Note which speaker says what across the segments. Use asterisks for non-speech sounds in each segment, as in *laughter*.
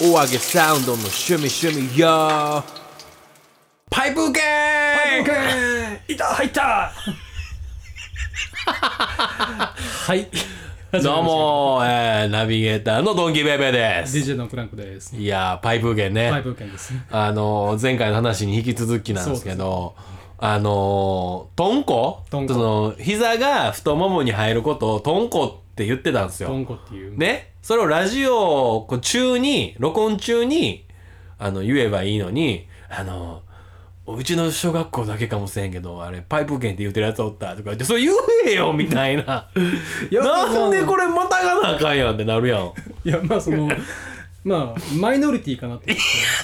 Speaker 1: お揚げサウンドの趣味趣味よパイプ系
Speaker 2: いた入ったはい
Speaker 1: どうも、えー、ナビゲーターのドンキーベイベーです。
Speaker 2: DJ のクランクです
Speaker 1: いやー、パイプ系ね。
Speaker 2: パイプ券です
Speaker 1: あのー前回の話に引き続きなんですけど、あのー、トンコ
Speaker 2: トンコ
Speaker 1: その、膝が太ももに入ることをトンコって言ってたんです
Speaker 2: ト
Speaker 1: よ
Speaker 2: ン。コっていう
Speaker 1: ねそれをラジオこう中に、録音中に、あの、言えばいいのに、あのー、うちの小学校だけかもしれんけど、あれ、パイプ券って言ってるやつおったとか言って、それ言えよみたいな。
Speaker 2: いや
Speaker 1: なんでこれまたがなあかんやんってなるやん。
Speaker 2: いやまあそのまあマイノリティかな
Speaker 1: *laughs*
Speaker 2: って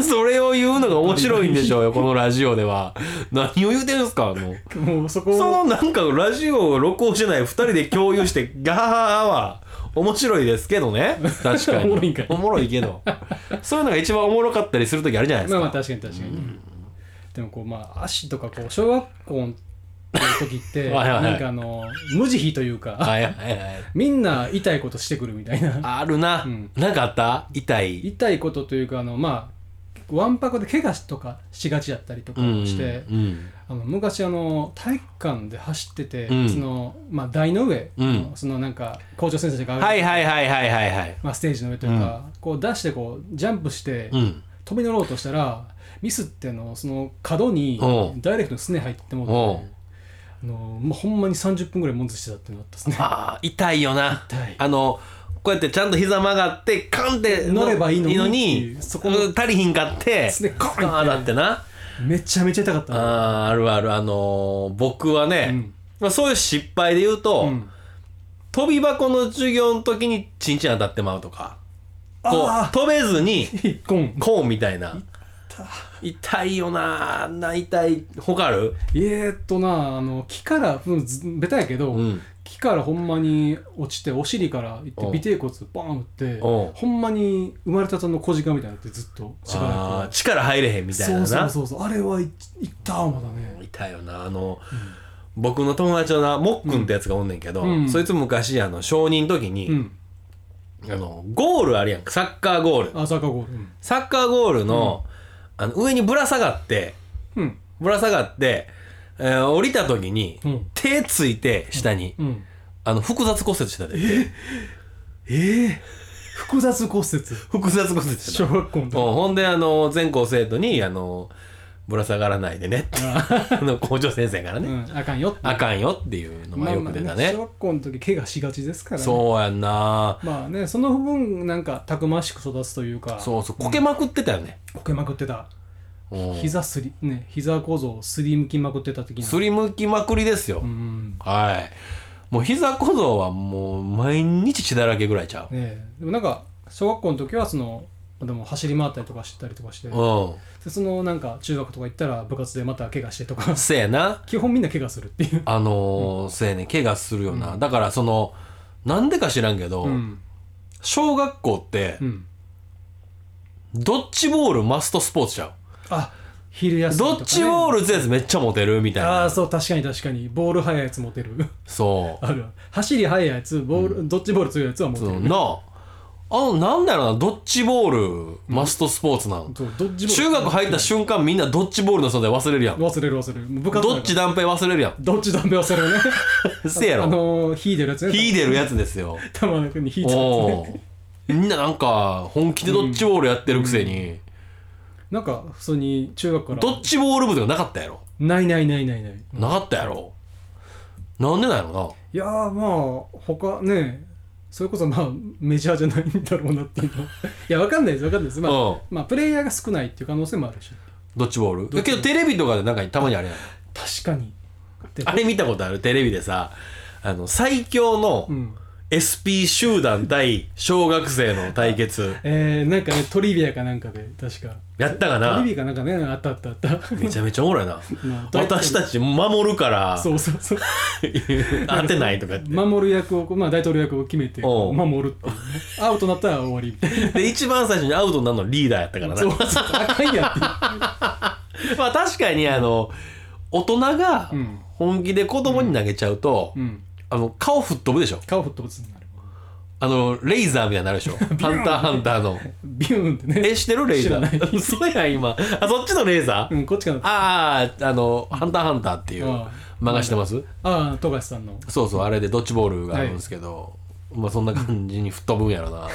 Speaker 1: それを言うのが面白いんでしょうよ、このラジオでは。何を言うてるんですか、あの。
Speaker 2: もうそこ
Speaker 1: そのなんかラジオを録音してない2人で共有して、ガハハは面白いですけどね。確かに。
Speaker 2: おもろいんかい
Speaker 1: おもろいけど。そういうのが一番おもろかったりするときあるじゃないです
Speaker 2: まあ
Speaker 1: か。
Speaker 2: まあ確かに確かに、でもこうまあ足とかこう小学校の時っ
Speaker 1: *laughs*
Speaker 2: て
Speaker 1: はいはいはい
Speaker 2: なんかあの無慈悲というか、
Speaker 1: はいはいはい。
Speaker 2: みんな痛いことしてくるみたいな
Speaker 1: あるな。
Speaker 2: うん
Speaker 1: なんかあった痛い。
Speaker 2: 痛いことというかあのまあわんぱくで怪我とかしがちだったりとかして、
Speaker 1: うん。
Speaker 2: あの昔あの体育館で走ってて、
Speaker 1: うん
Speaker 2: そのまあ台の上、
Speaker 1: うん
Speaker 2: そのなんか校長先生が、
Speaker 1: はいはいはいはいはいはい。
Speaker 2: まあ、ステージの上というか、こう出してこうジャンプして、
Speaker 1: うん。
Speaker 2: 飛び乗ろうとしたらミスってあのその角に
Speaker 1: おう
Speaker 2: ダイレクトにすね入ってもうて
Speaker 1: おう
Speaker 2: あのもうほんまに30分ぐらい悶絶してたってなったですね
Speaker 1: ああ、痛いよな。
Speaker 2: 痛い
Speaker 1: あの、こうやってちゃんと膝曲がって、カンって
Speaker 2: 乗ればいいのにっていう
Speaker 1: そ
Speaker 2: そ
Speaker 1: こ
Speaker 2: この
Speaker 1: 足りひんかって、
Speaker 2: すねコーンって
Speaker 1: ああ、だってな。
Speaker 2: めちゃめちゃ痛かったな
Speaker 1: あーあるある、あのー僕はね、
Speaker 2: うん
Speaker 1: まあ、そういう失敗で言うと、
Speaker 2: うん
Speaker 1: 飛び箱の授業の時にチンチン当たってまうとか、こ
Speaker 2: あ
Speaker 1: う、飛べず
Speaker 2: *laughs*
Speaker 1: に、
Speaker 2: ーゴン
Speaker 1: コーンみたいな。痛いよなあんな痛い。他ある
Speaker 2: えーっとなあの木から、うん、ずベタやけど、
Speaker 1: うん
Speaker 2: 木からほんまに落ちてお尻からいって
Speaker 1: お
Speaker 2: 尾てい骨バーン打って
Speaker 1: お
Speaker 2: ほんまに生まれたての小鹿みたいになってずっとしば
Speaker 1: あ
Speaker 2: ら
Speaker 1: ー力入れへんみ
Speaker 2: く
Speaker 1: たいな
Speaker 2: そう
Speaker 1: な。
Speaker 2: そうそうそうあれはいいったまだね
Speaker 1: いたよなあの、僕の友達のなもっくんってやつがおんねんけど、
Speaker 2: うん
Speaker 1: そいつ昔あの小認の時
Speaker 2: う
Speaker 1: に、
Speaker 2: ん
Speaker 1: あのゴールあるやんかサッカーゴール
Speaker 2: あサッカーゴールうん
Speaker 1: サッカーゴールの,、あの上にぶら下がって
Speaker 2: うん
Speaker 1: ぶら下がって、えー降りた時に、
Speaker 2: うん
Speaker 1: 手ついて下に、
Speaker 2: うん
Speaker 1: あの複雑骨折してたで
Speaker 2: ええ複雑骨折
Speaker 1: 複雑骨折してた
Speaker 2: 小学校の時
Speaker 1: うんほんであの全校生徒にあのぶら下がらないでねって *laughs* あの校長先生から
Speaker 2: う
Speaker 1: ね、
Speaker 2: んあかんよって
Speaker 1: あかんよっていうのがよく出た
Speaker 2: まあまあ
Speaker 1: ね
Speaker 2: 小学校の時怪我しがちですからね
Speaker 1: そうやんな
Speaker 2: まあねその分なんかたくましく育つというか
Speaker 1: そうそう、こけまくってたよね。
Speaker 2: こけまくってた
Speaker 1: うん
Speaker 2: 膝すりね膝構造をすりむきまくってた時に
Speaker 1: すりむきまくりですよ。
Speaker 2: うん
Speaker 1: はい。もう膝小僧はもう毎日血だらけぐらいちゃう。
Speaker 2: ねえでもなんか小学校の時はそのでも走り回ったりとかしてたりとかして
Speaker 1: う
Speaker 2: でそのなんか中学とか行ったら部活でまた怪我してとか
Speaker 1: ん。せやな。
Speaker 2: 基本みんな怪我するっていう
Speaker 1: あのーせやね、怪我するよな。だからその、なんでか知らんけど、
Speaker 2: うん
Speaker 1: 小学校って
Speaker 2: う、ん
Speaker 1: ドッジボールマストスポーツちゃう。
Speaker 2: あ昼休みとか、
Speaker 1: ド
Speaker 2: ね、
Speaker 1: ッジボー
Speaker 2: ル
Speaker 1: ルってやつめっちゃモテるみたい
Speaker 2: ああ
Speaker 1: な。
Speaker 2: そう確かに確かにボール速いやつ持てる
Speaker 1: そう。
Speaker 2: ある走り速いやつボール、どっちボール強いやつは持て
Speaker 1: そ
Speaker 2: る、
Speaker 1: うなあ。あの、なんだろうな、ドッジボールマストスポーツなの。
Speaker 2: そうどっちボール
Speaker 1: 中学入った瞬間みんなドッジボールの存在忘れるやん。
Speaker 2: 忘れる忘れるもう部活だ
Speaker 1: ど
Speaker 2: か
Speaker 1: っ
Speaker 2: ら
Speaker 1: ち断片忘れるやん。
Speaker 2: どっちダメ忘れるね
Speaker 1: せやろ。
Speaker 2: あのー、火出るやつね
Speaker 1: 火出るやつです
Speaker 2: *laughs*
Speaker 1: よ。
Speaker 2: 玉の国火出るやつね
Speaker 1: おーみんななんか本気でドッジボールやってるくせに、
Speaker 2: なんか普通に中学から
Speaker 1: ドッジボール部とかなかったやろ。
Speaker 2: ないないないないない
Speaker 1: なかったやろ。なんでなんやろ
Speaker 2: いやーまあ他ねそれこそまあメジャーじゃないんだろうなっていうのいやわかんないですわかんないですまあ、
Speaker 1: うん
Speaker 2: まあプレイヤーが少ないっていう可能性もあるし
Speaker 1: な。ドッジボール。だけどテレビとかでなんかたまにあれやん。
Speaker 2: 確かにで
Speaker 1: あれ見たことあるテレビでさ、あの、最強の
Speaker 2: うん、
Speaker 1: SP 集団対小学生の対決。
Speaker 2: えー、なんかねトリビアかなんかで確か
Speaker 1: やったか
Speaker 2: ト
Speaker 1: な
Speaker 2: リビアかなんかねあったあったあった
Speaker 1: めちゃめちゃおもろいな
Speaker 2: うん。
Speaker 1: 私たち守るから。
Speaker 2: そうそうそう
Speaker 1: *laughs* 当てないとかって。
Speaker 2: 守る役をこうまあ大統領役を決めて
Speaker 1: おう
Speaker 2: 守るっていうねアウトになったら終わりみたいな
Speaker 1: で、一番最初にアウトになるのリーダーやったからな
Speaker 2: そう。そうそうあかんやっていう
Speaker 1: まあ確かにあの、大人が
Speaker 2: うん
Speaker 1: 本気で子供に投げちゃうと
Speaker 2: う、ん
Speaker 1: あの顔吹っ飛ぶでしょ
Speaker 2: 顔吹っ飛ぶつになる
Speaker 1: あのレイザーみたいになるでし
Speaker 2: *laughs*
Speaker 1: ょハンターハンターの
Speaker 2: ビューンってね
Speaker 1: えしてるレイザ
Speaker 2: 知らな
Speaker 1: ー *laughs* 嘘やん今あそっちのレイザー、
Speaker 2: うんこっちかなあ
Speaker 1: あああの「ハンターハンター」っていう
Speaker 2: あ
Speaker 1: 漫画してます
Speaker 2: あ富樫さんの
Speaker 1: そうそうあれでドッジボールがあるんですけど、まあそんな感じに吹っ飛ぶんやろな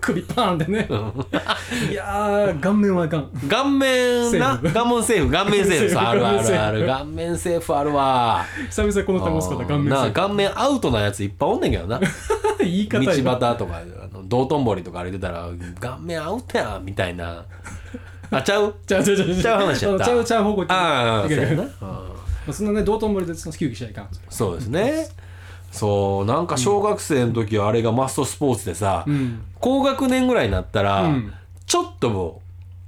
Speaker 2: 首パーンってね *laughs* いやー顔面はあかん
Speaker 1: 顔面な
Speaker 2: セーフ
Speaker 1: 顔面セーフ顔面セーフそうあるあるある
Speaker 2: 顔
Speaker 1: 顔面セーフあるわ
Speaker 2: 久々この楽しかった顔面
Speaker 1: なあ
Speaker 2: セ
Speaker 1: 顔面アウトなやついっぱいおんねんけどな道
Speaker 2: ーフ *laughs* 言い方や
Speaker 1: 端とかあの道頓堀とか歩いてたら顔面アウトやんみたいなあちゃう
Speaker 2: ちゃうちゃうちゃう
Speaker 1: ちゃう話やった
Speaker 2: ちゃうちゃう方向行って
Speaker 1: ああ
Speaker 2: い
Speaker 1: そう
Speaker 2: やい
Speaker 1: や
Speaker 2: や
Speaker 1: な
Speaker 2: まあそんなね道頓堀でその球技しちゃいかん
Speaker 1: そうですねそうなんか小学生の時はあれがマストスポーツでさ、
Speaker 2: うん
Speaker 1: 高学年ぐらいになったら、
Speaker 2: うん
Speaker 1: ちょっとも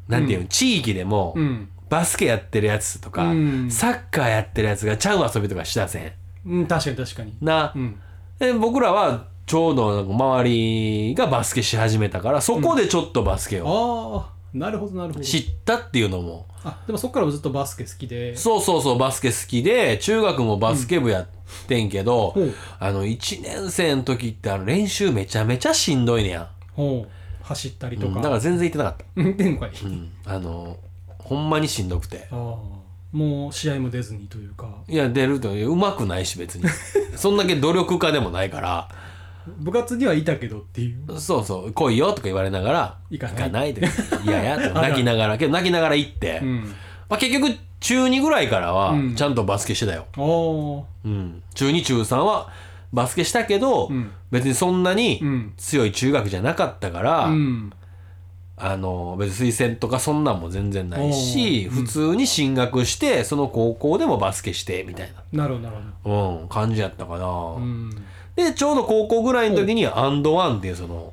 Speaker 1: うなんていうの、地域でも、
Speaker 2: うん
Speaker 1: バスケやってるやつとか、
Speaker 2: うん
Speaker 1: サッカーやってるやつがちゃう遊びとかしだせん
Speaker 2: うん確かに確かに
Speaker 1: な、
Speaker 2: うん
Speaker 1: で僕らはちょうどなんか周りがバスケし始めたからそこでちょっとバスケを
Speaker 2: ああなるほどなるほど
Speaker 1: 知ったっていうのも、
Speaker 2: あでもそっからずっとバスケ好きで
Speaker 1: そうそうそうバスケ好きで中学もバスケ部やってんけど、
Speaker 2: うんほう
Speaker 1: あの1年生の時ってあの練習めちゃめちゃしんどいねや、
Speaker 2: ほう走ったり
Speaker 1: う
Speaker 2: と
Speaker 1: ん、だ
Speaker 2: か
Speaker 1: から全然行ってなかっ
Speaker 2: 運転会
Speaker 1: た、うん、あのほんまにしんどくて
Speaker 2: ああもう試合も出ずにというか
Speaker 1: いや出るとうまくないし
Speaker 2: *laughs*
Speaker 1: 別にそんだけ努力家でもないから
Speaker 2: 部活にはいたけどっていう
Speaker 1: そうそう来いよとか言われながら
Speaker 2: 行かない
Speaker 1: ないで
Speaker 2: *laughs*
Speaker 1: いやいやと泣きながらけど泣きながら行って、
Speaker 2: うん
Speaker 1: まあ、結局中2ぐらいからは
Speaker 2: うん
Speaker 1: ちゃんとバスケしてたよ、
Speaker 2: ああ
Speaker 1: うん、中2中3はバスケしたけど、
Speaker 2: うん
Speaker 1: 別にそんな
Speaker 2: う
Speaker 1: に
Speaker 2: ん
Speaker 1: 強い中学じゃなかったから、
Speaker 2: うん
Speaker 1: あの別に推薦とかそんなんも全然ないし、
Speaker 2: おーうん
Speaker 1: 普通に進学してその高校でもバスケしてみたいな、
Speaker 2: なるほどなる
Speaker 1: うん、感じやったかな、
Speaker 2: ほどうん
Speaker 1: でちょうど高校ぐらいの時にアンドワンっていうその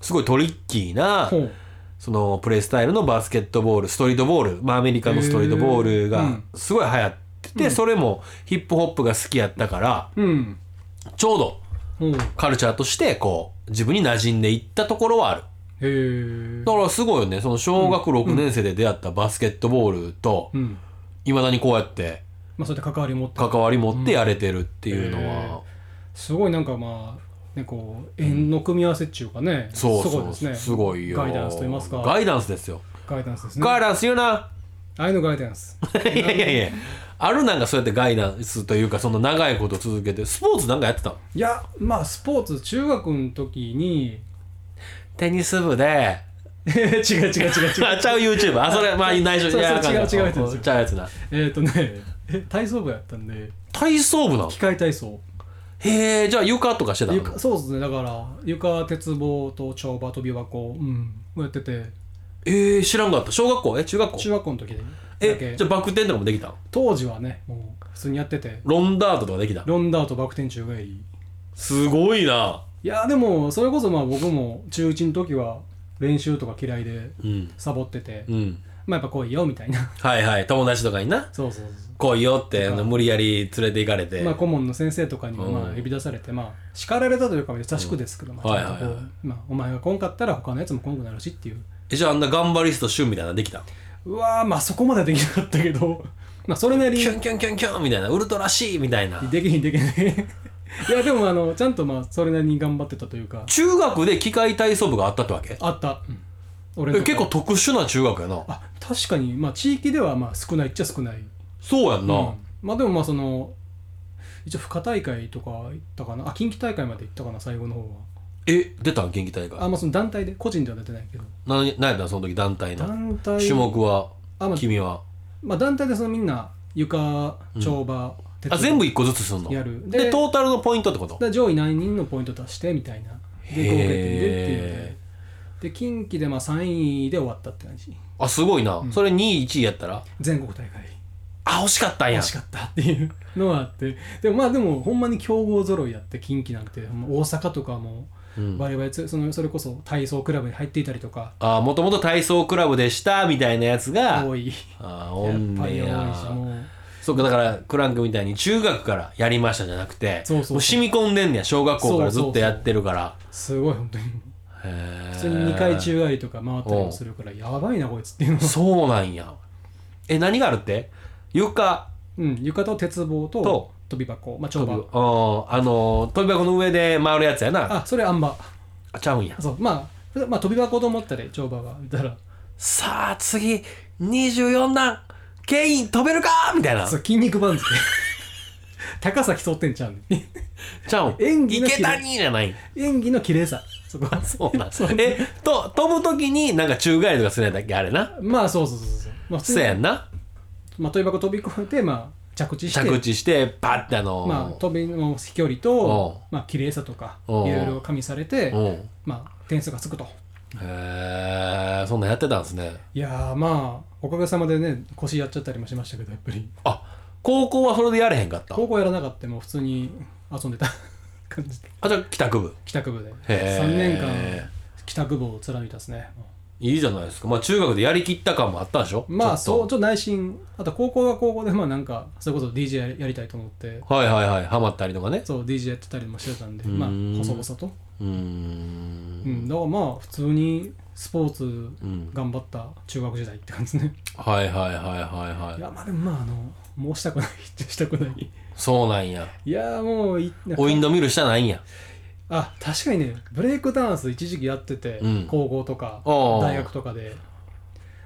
Speaker 1: すごいトリッキーな
Speaker 2: ほう
Speaker 1: そのプレースタイルのバスケットボールストリートボール、まあ、アメリカのストリートボール
Speaker 2: へーう
Speaker 1: が
Speaker 2: ん
Speaker 1: すごい流行ってて、それもヒップホップが好きやったから
Speaker 2: うん
Speaker 1: ちょうど
Speaker 2: ほうへ
Speaker 1: カルチャーとしてこう自分に馴染んでいったところはある
Speaker 2: え
Speaker 1: だからすごいよねその小学6年生で出会ったバスケットボールと
Speaker 2: うん
Speaker 1: いまだにこうやって
Speaker 2: まあそういった関わりを持って
Speaker 1: 関わり持ってやれてるっていうのは、
Speaker 2: すごいなんかまあねこう縁の組み合わせっていうかね
Speaker 1: そう
Speaker 2: すごい
Speaker 1: そう
Speaker 2: ですね
Speaker 1: すごいよ
Speaker 2: ガイダンスと言いますか
Speaker 1: ガイダンスですよ、
Speaker 2: ガイダンスですね
Speaker 1: ガイ
Speaker 2: あ
Speaker 1: ダンス言うな
Speaker 2: あいうのガイダンス
Speaker 1: *laughs* いやいやいやあるなんかそうやってガイダンスというかその長いこと続けてスポーツなんかやってたの
Speaker 2: いやまあスポーツ中学の時に *laughs*
Speaker 1: テニス部で
Speaker 2: 違う違う違う違う
Speaker 1: あ *laughs* ちゃう YouTube
Speaker 2: *laughs*
Speaker 1: あそれまあ内緒
Speaker 2: そうそう
Speaker 1: いやあかんな
Speaker 2: 違う違うやつですよ
Speaker 1: ちゃうやつな
Speaker 2: えっとねえ体操部やったんで
Speaker 1: 体操部なの
Speaker 2: 機械体操
Speaker 1: へえじゃあ床とかしてたの
Speaker 2: 床そうですねだから床鉄棒と跳馬跳び箱うんやってて
Speaker 1: ええ知らんかった小学校え中学校
Speaker 2: 中学校の時でだ
Speaker 1: え
Speaker 2: け
Speaker 1: じゃあバク転とかもできたの
Speaker 2: 当時はねもう普通にやってて
Speaker 1: ロンダートとかできた
Speaker 2: ロンダートバク転宙返り
Speaker 1: すごいない
Speaker 2: やでもそれこそまあ僕も中1の時は練習とか嫌いで
Speaker 1: うん
Speaker 2: サボってて、
Speaker 1: うん
Speaker 2: まあやっぱ来いよみたいな *laughs*
Speaker 1: はいはい友達とかにな
Speaker 2: そうそう
Speaker 1: 来いよってあの
Speaker 2: とか
Speaker 1: 無理やり連れて行かれ
Speaker 2: そ
Speaker 1: て、
Speaker 2: うまあ顧問の先生とかにも
Speaker 1: うん
Speaker 2: まあ呼び出されて、まあ叱られたというか優しくですけど、まあ
Speaker 1: はいはいはい
Speaker 2: ちゃんとこうまあお前が来んかったら他のやつも来んくなるしっていう
Speaker 1: えじゃああんな頑張りストシュンみたいなのできたの
Speaker 2: うわーまあそこまではできなかったけど *laughs* まあそれなり
Speaker 1: キュ
Speaker 2: に
Speaker 1: ンキュンキュンキュンみたいなウルトラシーみたいな
Speaker 2: できひんできない *laughs* いやでもあのちゃんとまあそれなりに頑張ってたというか
Speaker 1: 中学で機械体操部があったってわけ
Speaker 2: あった、うん俺の
Speaker 1: え
Speaker 2: とこ
Speaker 1: 結構特殊な中学やな
Speaker 2: あ確かにまあ地域ではまあ少ないっちゃ少ない
Speaker 1: そうやんな、
Speaker 2: うんまあでもまあその一応不可大会とか行ったかなあ近畿大会まで行ったかな最後の方は
Speaker 1: え出たん元気大
Speaker 2: あ
Speaker 1: 会
Speaker 2: まあその団体で個人では出てないけど
Speaker 1: な何やったんその時団体の
Speaker 2: 団体
Speaker 1: 種目は
Speaker 2: あ、まあ
Speaker 1: 君は
Speaker 2: まあ、団体でそのみんな床跳馬、鉄
Speaker 1: あ全部一個ずつすんの
Speaker 2: やる
Speaker 1: で
Speaker 2: で
Speaker 1: トータルのポイントってこと
Speaker 2: だ上位何人のポイント出してみたいなで合計点でっていうの
Speaker 1: へ
Speaker 2: でで近畿でまあ3位で終わったって感じ
Speaker 1: あすごいな、それ2位1位やったら
Speaker 2: 全国大会
Speaker 1: あ惜しかったんや
Speaker 2: 惜しかったっていうのはあってでもまあでもほんまに強豪揃いやって近畿なんてほんま大阪とかも
Speaker 1: うん
Speaker 2: バリバリつそのそれこそ体操クラブに入っていたりとか
Speaker 1: あもともと体操クラブでしたみたいなやつが
Speaker 2: 多い
Speaker 1: あ
Speaker 2: や
Speaker 1: お
Speaker 2: っ
Speaker 1: ん
Speaker 2: ぱ
Speaker 1: ね
Speaker 2: り多いし
Speaker 1: や
Speaker 2: もう
Speaker 1: そうかだからクランクみたいに中学からやりましたじゃなくて
Speaker 2: そうそうそう
Speaker 1: も染み込んでんねや小学校からずっとやってるから
Speaker 2: すごい本当に
Speaker 1: へえ
Speaker 2: 普通に2回宙返りとか回ったりもするからやばいなこいつっていうのは *laughs*
Speaker 1: そうなんやえ何があるって床
Speaker 2: うん床と鉄棒と
Speaker 1: と
Speaker 2: 飛び箱まあ
Speaker 1: 飛
Speaker 2: 跳
Speaker 1: び
Speaker 2: 馬
Speaker 1: ああの飛び箱の上で回るやつやな
Speaker 2: あそれあん馬
Speaker 1: あちゃうんや
Speaker 2: そうまあふまあ飛び箱と思ったで跳馬が見たら
Speaker 1: さあ次24段ケイン飛べるかみたいな
Speaker 2: そう筋肉番付 *laughs* 高さ競ってんちゃうね
Speaker 1: ちゃうん
Speaker 2: 演技の
Speaker 1: 池谷じゃない
Speaker 2: 演技の綺麗さ *laughs* そこ
Speaker 1: そうなんえと飛ぶ時になんか宙返りとかするやつだっけあれな
Speaker 2: まあそうそうそうそうまあ普通
Speaker 1: そうや
Speaker 2: に、
Speaker 1: んな
Speaker 2: まあ、飛び箱飛び越えてまあ着地して
Speaker 1: 着地してパッてあの
Speaker 2: まあ、飛びの飛距離
Speaker 1: お
Speaker 2: と
Speaker 1: う、
Speaker 2: まあ綺麗さとかい
Speaker 1: おう
Speaker 2: ろいろ加味されて
Speaker 1: う、ん
Speaker 2: まあ、点数がつくと
Speaker 1: へえそんなんやってたんですね
Speaker 2: いやーまあおかげさまでね腰やっちゃったりもしましたけどやっぱり
Speaker 1: あ高校はそれでやれへんかった
Speaker 2: 高校やらなかったもう普通に遊んでた *laughs* 感じで
Speaker 1: あじゃあ帰宅部
Speaker 2: 帰宅部で
Speaker 1: へー
Speaker 2: 3年間帰宅部を貫いたですね
Speaker 1: いいじゃないですかまあ中学でやりきった感もあったんでしょ
Speaker 2: まあ
Speaker 1: ちょ
Speaker 2: そう
Speaker 1: っ
Speaker 2: ちょっと内心あと高校は高校でまあなんかそれこそ DJ やりやりたいと思って
Speaker 1: とはいはいはいハマったりとかね
Speaker 2: そう DJ やってたりもしてたんで
Speaker 1: うーん
Speaker 2: まあ細々と
Speaker 1: うーん
Speaker 2: うんだからまあ普通にスポーツ
Speaker 1: うん
Speaker 2: 頑張った中学時代って感じですね
Speaker 1: はいはいはいはいはい
Speaker 2: いやまあでもまああの申したくない *laughs* ってしたくない
Speaker 1: そうなんや
Speaker 2: いやもういなんか
Speaker 1: おインドミルしたないんや
Speaker 2: あ確かにねブレイクダンス一時期やってて、
Speaker 1: うん
Speaker 2: 高校とか
Speaker 1: おう
Speaker 2: 大学とかで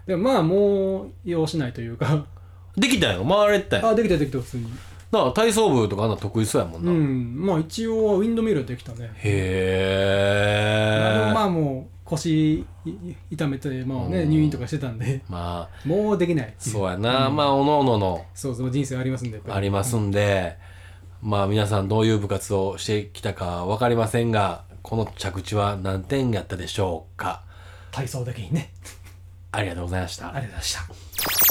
Speaker 2: でもまあもう要しないというか
Speaker 1: できたよ回れてたよ
Speaker 2: あできたできた普通に
Speaker 1: なあ体操部とかあんな得意そうやもん
Speaker 2: う
Speaker 1: な、へ
Speaker 2: んまあ一応はウィンドミルできたねまあで
Speaker 1: え
Speaker 2: もまあもう腰いい痛めてまあね
Speaker 1: うん
Speaker 2: 入院とかしてたんで
Speaker 1: まあ
Speaker 2: もうできないっていう
Speaker 1: そうやな、まあおのおのの
Speaker 2: そうそう人生ありますんでやっぱり
Speaker 1: ありますんで、まあ皆さんどういう部活をしてきたか分かりませんがこの着地は何点やったでしょうか
Speaker 2: 体操だけにね
Speaker 1: ありがとうございました
Speaker 2: ありがとうございました